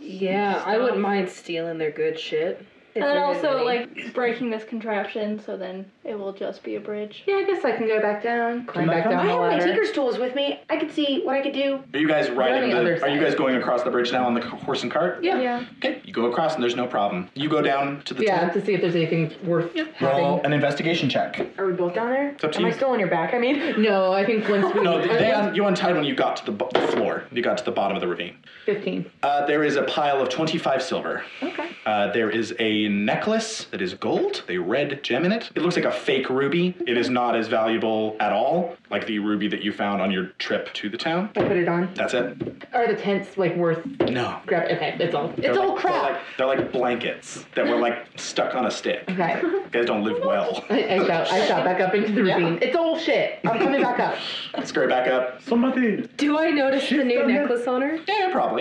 Speaker 7: Yeah, I wouldn't mind stealing their good shit.
Speaker 10: and
Speaker 7: If
Speaker 10: then
Speaker 7: there is
Speaker 10: also
Speaker 7: any.
Speaker 10: like breaking this contraption, so then it will just be a bridge.
Speaker 4: Yeah, I guess I can go back down, climb back down
Speaker 8: I
Speaker 4: the
Speaker 8: have my
Speaker 4: ladder.
Speaker 8: tinker's tools with me. I can see what I could do.
Speaker 2: Are you guys riding
Speaker 8: the
Speaker 2: the?
Speaker 8: other
Speaker 2: Are you guys going across the bridge now on the c- horse and cart?
Speaker 4: Yeah.
Speaker 2: Okay. You go across and there's no problem. You go down to the
Speaker 4: Yeah,
Speaker 2: tent.
Speaker 4: to see if there's anything worth
Speaker 2: Roll
Speaker 4: having.
Speaker 2: an investigation check.
Speaker 8: Are we both down there?
Speaker 2: It's up to
Speaker 8: Am I
Speaker 2: you.
Speaker 8: still on your back? I mean,
Speaker 4: No, I think once we.
Speaker 2: No,
Speaker 4: I
Speaker 2: they, they
Speaker 4: think
Speaker 2: un- you untied when you got to the bo- the floor. You got to the bottom of the ravine.
Speaker 4: Fifteen.
Speaker 2: Uh, there is a pile of 25 silver.
Speaker 4: Okay.
Speaker 2: Uh, there is a necklace that is gold, a red gem in it. It looks like a fake ruby. It is not as valuable at all, like the ruby that you found on your trip to the town.
Speaker 4: I put it on.
Speaker 2: That's it?
Speaker 4: Are the tents like worth
Speaker 2: No.
Speaker 4: grab? Okay, that's all.
Speaker 2: They're
Speaker 4: It's all
Speaker 2: like-
Speaker 4: crap.
Speaker 2: They're like, they're like blankets that were like stuck on a stick.
Speaker 4: Okay.
Speaker 2: You guys don't live well.
Speaker 4: I, I shout, I shout back up into the ravine. It's all shit. I'm coming back up.
Speaker 2: Scurry back up.
Speaker 9: Somebody.
Speaker 7: Do I notice the new
Speaker 9: done that.
Speaker 7: necklace on her?
Speaker 2: Yeah, probably.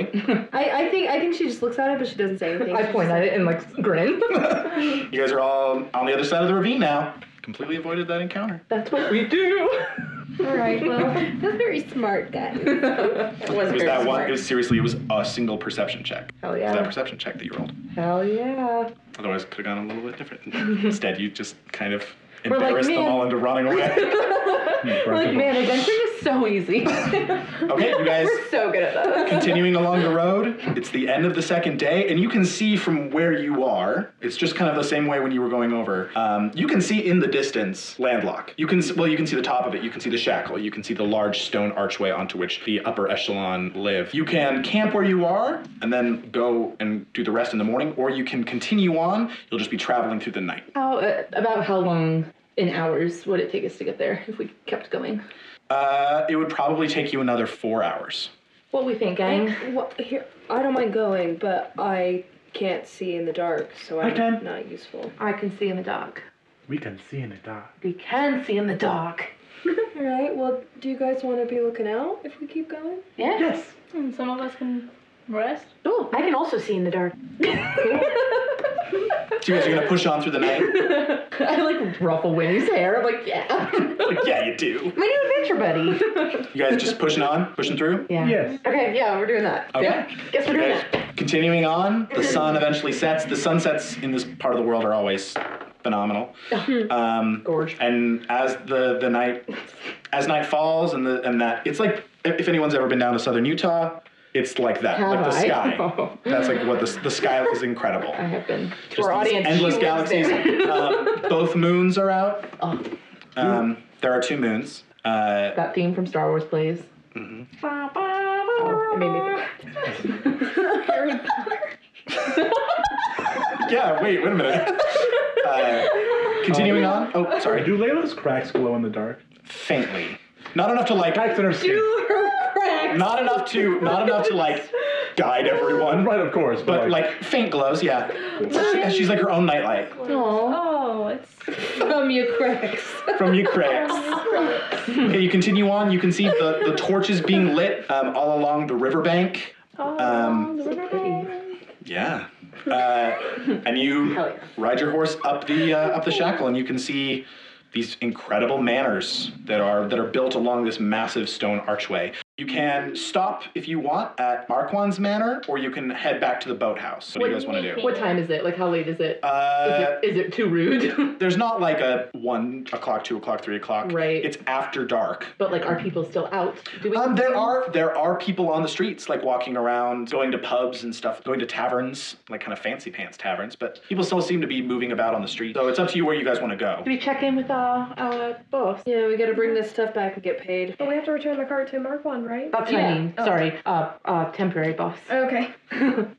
Speaker 7: I, I think I think she just looks at it, but she doesn't say anything.
Speaker 4: I point at it and like grin.
Speaker 2: You guys are all on the other side of the ravine now. Completely avoided that encounter.
Speaker 4: That's what we do.
Speaker 7: All right, well, that's very smart, guys.
Speaker 4: That
Speaker 2: It
Speaker 4: was
Speaker 2: was
Speaker 4: very
Speaker 2: that one?
Speaker 4: smart.
Speaker 2: It was, seriously, it was a single perception check.
Speaker 4: Hell
Speaker 2: It was that
Speaker 4: yeah.
Speaker 2: perception check that you rolled.
Speaker 4: Hell yeah.
Speaker 2: Otherwise, it could have gone a little bit different. Instead, you just kind of
Speaker 4: like,
Speaker 2: embarrassed them
Speaker 4: "Man."
Speaker 2: all into running away. Hmm,
Speaker 4: Like man, adventure is so easy.
Speaker 2: okay, you guys.
Speaker 4: We're so good at that.
Speaker 2: Continuing along the road, it's the end of the second day, and you can see from where you are. It's just kind of the same way when you were going over. Um, you can see in the distance landlock. You can s- well, you can see the top of it. You can see the shackle. You can see the large stone archway onto which the upper echelon live. You can camp where you are, and then go and do the rest in the morning, or you can continue on. You'll just be traveling through the night.
Speaker 4: How uh, about how long in hours would it take us to get there if we kept going?
Speaker 2: Uh, it would probably take you another four hours.
Speaker 4: What we think, gang?
Speaker 7: Well, here, I don't mind going, but I can't see in the dark, so I'm
Speaker 9: can.
Speaker 7: not useful.
Speaker 4: I can see in the dark.
Speaker 9: We can see in the dark.
Speaker 4: We can see in the dark.
Speaker 7: All right, well, do you guys want to be looking out if we keep going?
Speaker 4: Yeah.
Speaker 9: Yes.
Speaker 10: And some of us can rest.
Speaker 4: Oh,
Speaker 8: I can also see in the dark.
Speaker 2: So you guys are gonna push on through the night.
Speaker 4: I like ruffle Winnie's hair. I'm like, yeah.
Speaker 2: Like, yeah, you do.
Speaker 8: My new adventure buddy.
Speaker 2: You guys just pushing on, pushing through.
Speaker 8: Yeah.
Speaker 9: Yes.
Speaker 8: Okay, yeah, we're doing that.
Speaker 2: Okay.
Speaker 4: Yeah.
Speaker 8: Guess we're doing
Speaker 2: Okay,
Speaker 8: that.
Speaker 2: Continuing on, the sun eventually sets. The sunsets in this part of the world are always phenomenal. Um,
Speaker 4: Gorge.
Speaker 2: and as the the night as night falls and the and that it's like if if anyone's ever been down to southern Utah, it's like that,
Speaker 4: Have
Speaker 2: like the
Speaker 4: I?
Speaker 2: sky. That's like what the the sky is incredible.
Speaker 4: I have been.
Speaker 2: To our audience, endless galaxies. um, both moons are out.
Speaker 4: Oh,
Speaker 2: Um, there are two moons. Uh,
Speaker 4: that theme from Star Wars plays. Oh, it made me
Speaker 2: yeah, wait, wait a minute. Uh, continuing on. Oh, sorry.
Speaker 9: Do Layla's cracks glow in the dark?
Speaker 2: faintly. Not enough to like.
Speaker 9: Cracks in her skin.
Speaker 2: Not enough to. Not enough to like guide everyone.
Speaker 9: Right, of course. But,
Speaker 2: But like faint glows, yeah. She- She's like her own nightlight
Speaker 10: Oh, it's
Speaker 4: From your cracks.
Speaker 2: from you cracks. Okay, you continue on. You can see the the torches being lit um, all along the riverbank.
Speaker 10: oh,
Speaker 2: Um,
Speaker 10: the river.
Speaker 2: Yeah. Uh, and you ride your horse up the uh, up the shackle, and you can see these incredible manors that are that are built along this massive stone archway. You can stop if you want at Marquand's Manor, or you can head back to the boathouse. What, do you guys want to do?
Speaker 4: What time is it? Like, how late is it?
Speaker 2: Uh,
Speaker 4: is, it is it too rude?
Speaker 2: There's not like a one o'clock, two o'clock, three o'clock.
Speaker 4: Right.
Speaker 2: It's after dark.
Speaker 4: but like, are people still out? Do we?
Speaker 2: Um, there are there are people on the streets like walking around, going to pubs and stuff, going to taverns, like kind of fancy pants taverns. But people still seem to be moving about on the street. So it's up to you where you guys want to go.
Speaker 4: we check in with
Speaker 8: uh,
Speaker 4: our, our boss?
Speaker 7: Yeah, we gotta bring this stuff back and get paid.
Speaker 11: But we have to return the cart to Mark One, right?
Speaker 4: That's what I mean.
Speaker 8: Oh.
Speaker 4: Sorry, uh, uh, temporary boss.
Speaker 11: Okay.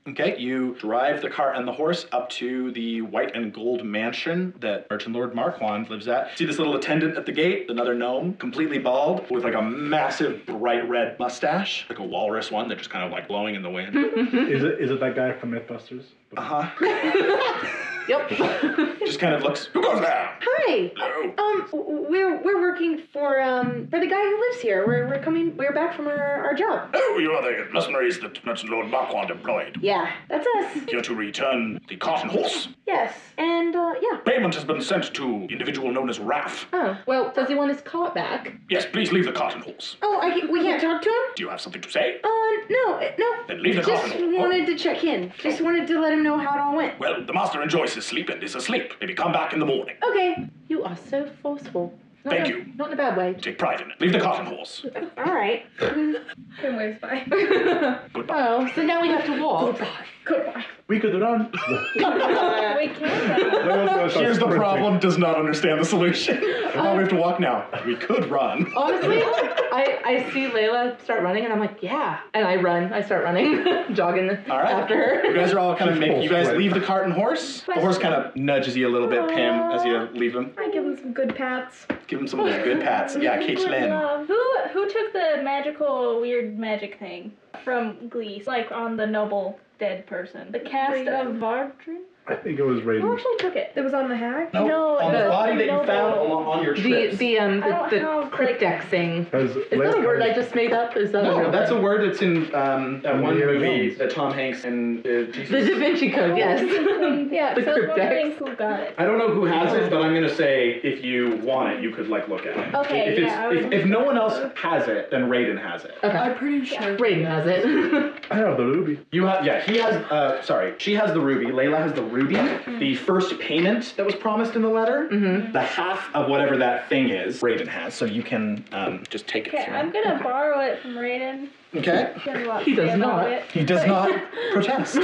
Speaker 2: Okay, you drive the cart and the horse up to the white and gold mansion that Merchant Lord Marquand lives at. See this little attendant at the gate, another gnome, completely bald, with like a massive bright red mustache, like a walrus one that just kind of like blowing in the wind.
Speaker 9: is it is it that guy from MythBusters?
Speaker 2: Uh huh. Uh-huh. just kind of looks. Who goes there?
Speaker 8: Hi. Um, we're we're working for um for the guy who lives here. We're we're coming. We're back from our, our job.
Speaker 12: Oh, you are the mercenaries that Merchant Lord Marquand employed.
Speaker 8: Yeah, that's us.
Speaker 12: Here to return the cotton horse.
Speaker 8: Yes, and uh, yeah.
Speaker 12: Payment has been sent to individual known as Raff.
Speaker 8: Oh well, does he want his cart back?
Speaker 12: Yes, please leave the cotton horse.
Speaker 8: Oh, I can, we can't talk to him.
Speaker 12: Do you have something to say?
Speaker 8: Uh, no, eh, no.
Speaker 12: Then leave the Oh.
Speaker 8: Just
Speaker 12: cotton.
Speaker 8: wanted to check in. Just wanted to let him know how it all went.
Speaker 12: Well, the master enjoys his sleep and is asleep. Maybe come back in the morning.
Speaker 8: Okay. You are so forceful. Not
Speaker 12: Thank
Speaker 8: in a-
Speaker 12: you.
Speaker 8: Not in a bad way.
Speaker 12: Take pride in it. Leave the cotton horse.
Speaker 8: All right.
Speaker 11: Ten ways by.
Speaker 8: oh, so now we have to walk.
Speaker 9: We could run.
Speaker 11: we can't.
Speaker 2: Here's the problem: does not understand the solution. oh, we have to walk now. We could run.
Speaker 4: Honestly, I, I see Layla start running and I'm like, yeah. And I run. I start running, jogging
Speaker 2: All right.
Speaker 4: after her.
Speaker 2: You guys are all kind of make. You guys
Speaker 9: Right.
Speaker 2: leave the cart and horse. The horse kind of nudges you a little bit, Pim, as you leave him.
Speaker 11: I give him some good pats.
Speaker 2: Give him some of those good pats. Yeah, Caitlin.
Speaker 10: Uh, Who who took the magical weird magic thing from Glee, like on the noble dead person? The cast of Vardrin?
Speaker 9: I think it was
Speaker 10: Who
Speaker 9: Raiden.
Speaker 10: actually took it?
Speaker 11: It was on the hag.
Speaker 10: No, No,
Speaker 2: on the
Speaker 10: the-
Speaker 2: body that you
Speaker 10: no,
Speaker 2: found
Speaker 10: no.
Speaker 2: on, on your
Speaker 4: The,
Speaker 2: trips.
Speaker 4: the, um,
Speaker 10: I don't
Speaker 4: the,
Speaker 10: know,
Speaker 4: the crypt deck thing.
Speaker 9: Is
Speaker 4: Is that a word I just made up? Is that a
Speaker 2: No,
Speaker 4: real
Speaker 2: that's a
Speaker 4: word?
Speaker 2: word that's in um, that one
Speaker 9: Indiana
Speaker 2: movie
Speaker 9: Jones.
Speaker 2: that Tom Hanks and uh, Jesus.
Speaker 4: The Da Vinci Code, yes.
Speaker 10: yeah,
Speaker 4: The
Speaker 10: so I was
Speaker 4: crypt
Speaker 10: wondering who got it.
Speaker 2: I don't know who has it, but I'm gonna say if you want it, you could like look at it.
Speaker 10: Okay,
Speaker 2: If, it's,
Speaker 10: yeah, I
Speaker 2: if,
Speaker 10: would-
Speaker 2: if no one else has it, then Raiden has it.
Speaker 4: Okay. I'm pretty sure. Raiden has it.
Speaker 9: I have the ruby.
Speaker 2: You have yeah. He has uh sorry. She has the ruby. Layla has the ruby.
Speaker 4: Mm-hmm.
Speaker 2: The first payment that was promised in the letter. The half of whatever that thing is. Raven has. So you can um just take it.
Speaker 10: Okay,
Speaker 2: if you
Speaker 10: I'm
Speaker 2: want.
Speaker 10: gonna borrow it from Raiden.
Speaker 2: Okay.
Speaker 10: Gonna walk
Speaker 4: He does
Speaker 10: away a little
Speaker 4: not.
Speaker 10: bit.
Speaker 2: He does not protest.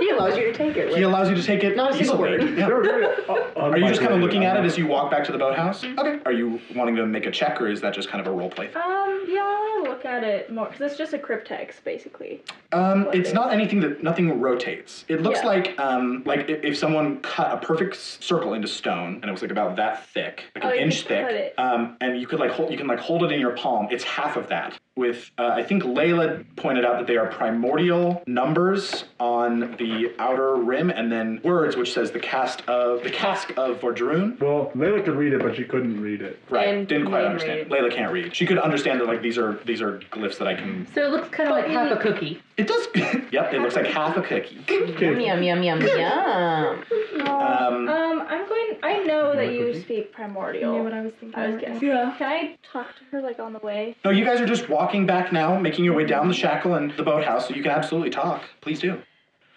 Speaker 4: he allows you to take it.
Speaker 2: He allows you to take it.
Speaker 4: Not a single
Speaker 2: easily.
Speaker 4: word.
Speaker 2: Yeah. Are
Speaker 9: Oh,
Speaker 2: you just kind of looking at it
Speaker 9: As
Speaker 2: as you walk back to the boathouse?
Speaker 10: Mm-hmm.
Speaker 2: Okay. uh, Are you wanting to make a check, or is that just kind of a role play? thing?
Speaker 10: Um, yeah, I'll look at it more because it's just a cryptex, basically.
Speaker 2: Um, it's not anything that nothing rotates. It looks
Speaker 10: Yeah.
Speaker 2: like um, like i- if someone cut a perfect s- circle into stone, and it was like about that thick, like
Speaker 10: Oh,
Speaker 2: an
Speaker 10: you
Speaker 2: inch
Speaker 10: could
Speaker 2: thick,
Speaker 10: cut it.
Speaker 2: um, and you could like hold you can like hold it in your palm. It's half of that. With uh, I think Layla pointed out that they are primordial numbers on the outer rim, and then words, which says the cast of the cask of Vordrun.
Speaker 9: Well, Layla could read it, but she couldn't read it.
Speaker 2: Right,
Speaker 4: And
Speaker 2: didn't quite
Speaker 4: Layla
Speaker 2: understand. Layla can't read. She could understand that like these are these are glyphs that I can.
Speaker 4: So it looks kind of like half a cookie.
Speaker 2: It does. yep, it looks like half a cookie.
Speaker 4: Yum, yum, yum, yum, yum.
Speaker 2: Um,
Speaker 10: Um, I'm going. I know that you speak
Speaker 11: You
Speaker 10: primordial.
Speaker 11: knew what I was thinking.
Speaker 10: I was
Speaker 11: weren't
Speaker 10: guessing.
Speaker 11: you?
Speaker 10: Yeah. Can I talk to her like on the way?
Speaker 2: No, you guys are just walking back now, making your way down the shackle and the boathouse, so you can absolutely talk. Please do.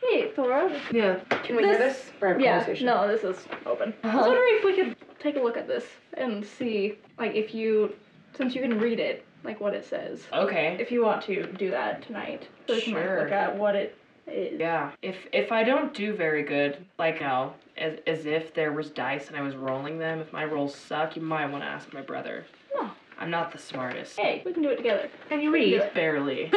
Speaker 10: Hey, Thora.
Speaker 7: Yeah.
Speaker 8: Can we hear this? Or have
Speaker 10: Yeah.
Speaker 8: conversation?
Speaker 10: No, this is open. I was wondering if we could take a look at this and see, like, if you, since you can read it, like what it says.
Speaker 7: Okay.
Speaker 10: If you want to do that tonight, so we can like,
Speaker 7: Sure.
Speaker 10: look at what it is.
Speaker 7: Yeah. If if I don't do very good, like now, as as if there was dice and I was rolling them, if my rolls suck, you might want to ask my brother.
Speaker 10: No.
Speaker 7: I'm not the smartest.
Speaker 10: Hey, we can do it together.
Speaker 7: Can you
Speaker 10: read?
Speaker 7: Barely.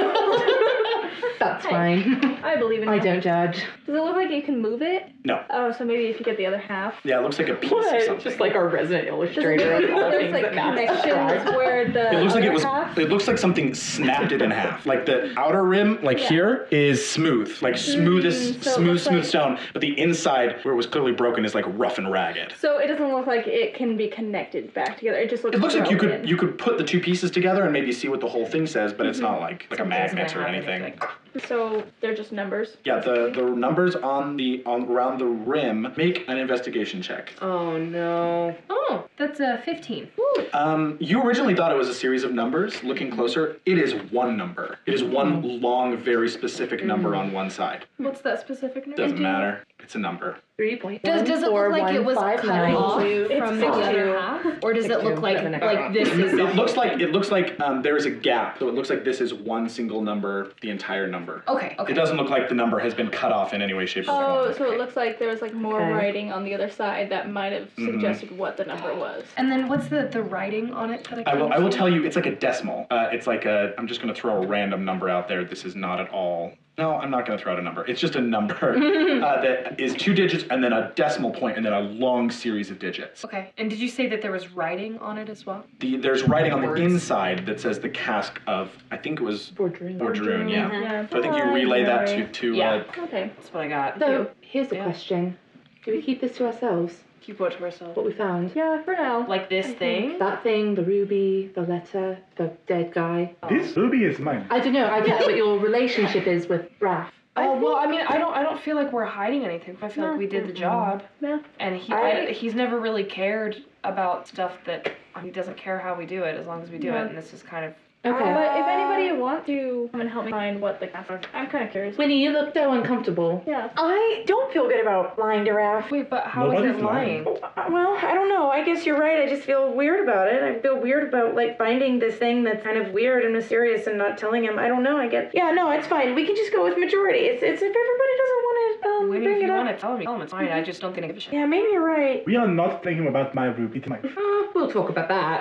Speaker 4: That's fine.
Speaker 10: I believe in you.
Speaker 4: I don't judge.
Speaker 10: Does it look like you can move it?
Speaker 2: No.
Speaker 10: Oh, so maybe if you get the other half.
Speaker 2: Yeah, it looks like a piece
Speaker 4: What?
Speaker 2: of something.
Speaker 4: Just like our resident illustrator
Speaker 10: Doesn't
Speaker 4: of
Speaker 10: it-
Speaker 4: all
Speaker 10: there's,
Speaker 4: things
Speaker 10: like,
Speaker 4: that Max
Speaker 10: connections
Speaker 4: described.
Speaker 10: Where the
Speaker 2: it looks like
Speaker 10: other
Speaker 2: it was.
Speaker 10: half-
Speaker 2: It looks like something snapped it in half. Like the outer rim, like
Speaker 10: Yeah.
Speaker 2: here, is smooth, like smoothest,
Speaker 10: Mm, so it
Speaker 2: smooth,
Speaker 10: looks
Speaker 2: smooth
Speaker 10: like-
Speaker 2: stone. But the inside, where it was clearly broken, is like rough and ragged.
Speaker 10: So it doesn't look like it can be connected back together. It just looks.
Speaker 2: It looks like you could
Speaker 10: broken.
Speaker 2: you could put the two pieces together and maybe see what the whole thing says, but it's
Speaker 7: Mm-hmm.
Speaker 2: not like like a magnet or anything.
Speaker 10: So they're just numbers.
Speaker 2: Yeah, the the numbers on the on around the rim make an investigation check.
Speaker 7: Oh no. Oh, that's
Speaker 4: uh,
Speaker 7: a 15.
Speaker 2: Um, you originally thought it was a series of numbers. Looking
Speaker 7: Mm-hmm.
Speaker 2: closer, it is one number. It is one long, very specific
Speaker 7: Mm-hmm.
Speaker 2: number on one side.
Speaker 10: What's that specific number?
Speaker 2: Doesn't matter. It's a number.
Speaker 4: Three point
Speaker 7: Does,
Speaker 4: one
Speaker 7: does it
Speaker 4: four
Speaker 7: look like
Speaker 4: one
Speaker 7: it was
Speaker 4: five
Speaker 7: cut
Speaker 4: nine
Speaker 7: off
Speaker 4: two
Speaker 7: from the
Speaker 4: six two.
Speaker 7: other half? Or does it look like like this is the
Speaker 2: It looks like it looks like um, there is a gap. So it looks like this is one single number, the entire number.
Speaker 7: Okay, okay.
Speaker 2: It doesn't look like the number has been cut off in any way, shape, or form.
Speaker 10: Oh, so it looks like there was like more
Speaker 2: Okay.
Speaker 10: writing on the other side that might have
Speaker 2: Mhm.
Speaker 10: suggested what the number was.
Speaker 7: And then what's the the writing on it that I
Speaker 2: I
Speaker 7: can
Speaker 2: will. I will tell you. It's like a decimal. Uh, it's like a. I'm just gonna throw a random number out there. This is not at all. No, I'm not gonna throw out a number. It's just a number uh, that is two digits and then a decimal point and then a long series of digits.
Speaker 7: Okay. And did you say that there was writing on it as well?
Speaker 2: The, there's writing on the inside that says the cask of. I think it was
Speaker 4: Bordroon.
Speaker 2: Bordroon. Yeah.
Speaker 7: Mhm. Yeah.
Speaker 2: So I think you
Speaker 4: Oh,
Speaker 2: relay
Speaker 4: yeah,
Speaker 2: that to
Speaker 4: right.
Speaker 2: to.
Speaker 7: Yeah.
Speaker 2: Uh,
Speaker 10: Okay.
Speaker 7: That's what I got.
Speaker 4: So here's the question: Do we keep this to ourselves?
Speaker 7: Keep what to ourselves.
Speaker 4: What we found?
Speaker 10: Yeah, Uh, for now.
Speaker 7: Like this thing?
Speaker 4: That thing, the ruby, the letter, the dead guy.
Speaker 9: This ruby is mine.
Speaker 4: I don't know. I get what your relationship is with Raph.
Speaker 11: Oh well, I mean, I don't, I don't feel like we're hiding anything. I feel like we did the job,
Speaker 10: Yeah.
Speaker 11: and he,
Speaker 4: Mm-hmm. I-
Speaker 11: I, he's never really cared about stuff that he doesn't care how we do it as long as we do
Speaker 10: Yeah.
Speaker 11: it. And this is kind of
Speaker 4: Okay.
Speaker 10: But if anybody wants to come and help me find what the cast I'm kind of curious.
Speaker 4: Winnie, you look so uncomfortable.
Speaker 10: Yeah.
Speaker 8: I don't feel good about lying to Raph.
Speaker 11: Wait, but
Speaker 8: how
Speaker 11: how is
Speaker 8: is Nobody's it
Speaker 11: it
Speaker 8: lying.
Speaker 11: lying?
Speaker 8: Uh, Well, I don't know. I guess you're right. I just feel weird about it. I feel weird about like finding this thing that's kind of weird and mysterious and not telling him. I don't know. I get. Yeah, no, it's fine. We can just go with majority. It's it's if everybody doesn't want to um,
Speaker 11: Winnie,
Speaker 8: bring
Speaker 11: if
Speaker 8: it
Speaker 11: you
Speaker 8: up.
Speaker 11: want to tell me, tell him it's fine. I just don't think I give a shit.
Speaker 8: Yeah, maybe you're right.
Speaker 9: We are not thinking about my ruby tonight.
Speaker 4: we'll talk about that.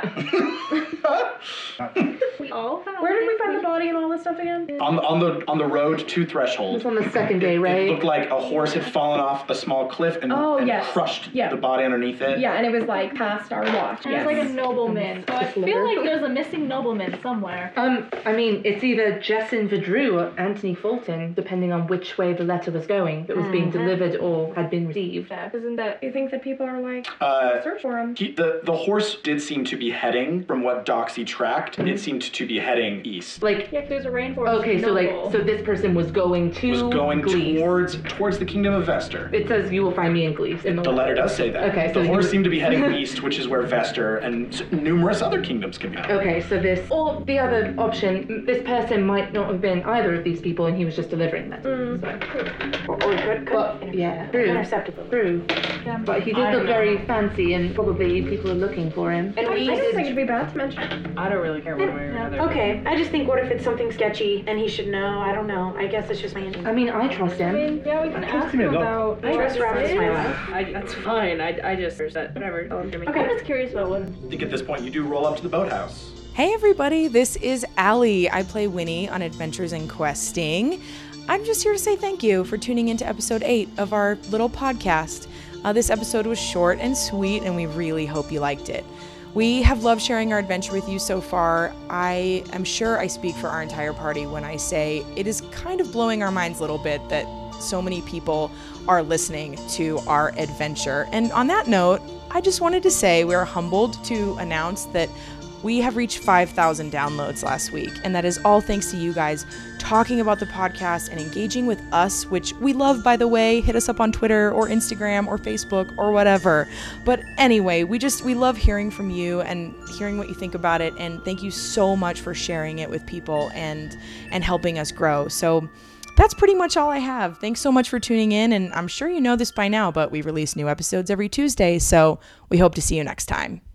Speaker 10: We all found
Speaker 8: Where did we find the body and all this stuff again?
Speaker 2: on the on the on the road to threshold.
Speaker 4: It's on the second day,
Speaker 2: It
Speaker 4: right?
Speaker 2: looked like a horse had fallen off a small cliff and,
Speaker 13: Oh,
Speaker 2: and
Speaker 13: yes.
Speaker 2: crushed
Speaker 13: Yeah.
Speaker 2: the body underneath it.
Speaker 13: Yeah, and it was like past our watch.
Speaker 10: And
Speaker 13: Yes.
Speaker 10: It's like a nobleman. So I feel like there's a missing nobleman somewhere.
Speaker 4: Um, I mean, it's either Jessen Vidru or Anthony Fulton, depending on which way the letter was going, that was being
Speaker 10: Mhm.
Speaker 8: Mm-hmm.
Speaker 4: delivered or had been received.
Speaker 10: Isn't that? You think that people are like
Speaker 2: Uh,
Speaker 10: search for him?
Speaker 2: He, the, the horse did seem to be heading from what Doxy tracked. It seemed to be heading east.
Speaker 4: Like,
Speaker 10: yeah, there's a rainforest.
Speaker 4: Okay, so like, so this person was going to
Speaker 2: was going
Speaker 4: Glees.
Speaker 2: towards towards the kingdom of Vester.
Speaker 4: It says you will find me in Glees. In
Speaker 2: The letter does say that.
Speaker 4: Okay,
Speaker 2: the
Speaker 4: so
Speaker 2: horse
Speaker 4: you-
Speaker 2: seemed to be heading east, which is where Vester and s- numerous other kingdoms can be. found.
Speaker 4: Okay, so this or the other option, m- this person might not have been either of these people, and he was just delivering them.
Speaker 8: Mm. Or, or could, could
Speaker 4: But yeah, true,
Speaker 8: Interceptable.
Speaker 4: true. But he did
Speaker 8: I
Speaker 4: look
Speaker 8: don't
Speaker 4: very fancy, and probably people are looking for him.
Speaker 8: And we
Speaker 4: did-
Speaker 8: it'd be bad to mention.
Speaker 11: I don't really care one way or another.
Speaker 8: Okay, I just think what if it's something sketchy and he should know? I don't know. I guess it's just my.
Speaker 4: I mean, I trust him.
Speaker 10: yeah, we can
Speaker 8: I trust
Speaker 10: ask
Speaker 8: him
Speaker 10: him
Speaker 8: a lot.
Speaker 10: about.
Speaker 8: I trust
Speaker 10: what
Speaker 8: Rob
Speaker 10: this
Speaker 8: is my
Speaker 10: is.
Speaker 8: life.
Speaker 11: I, that's fine. I, I just there's that whatever. I'll give me-
Speaker 10: I'm just curious about what.
Speaker 2: I think at this point you do roll up to the boathouse.
Speaker 1: Hey everybody, this is Allie. I play Winnie on Adventures in Questing. I'm just here to say thank you for tuning into episode 8 of our little podcast. Uh, this episode was short and sweet, and we really hope you liked it. We have loved sharing our adventure with you so far. I am sure I speak for our entire party when I say it is kind of blowing our minds a little bit that so many people are listening to our adventure. And on that note, I just wanted to say we're humbled to announce that we have reached 5,000 downloads last week, and that is all thanks to you guys talking about the podcast and engaging with us, which we love, by the way. Hit us up on Twitter or Instagram or Facebook or whatever. But anyway, we just, we love hearing from you and hearing what you think about it. And thank you so much for sharing it with people and, and helping us grow. So, that's pretty much all I have. Thanks so much for tuning in, and I'm sure you know this by now, but we release new episodes every Tuesday, so we hope to see you next time.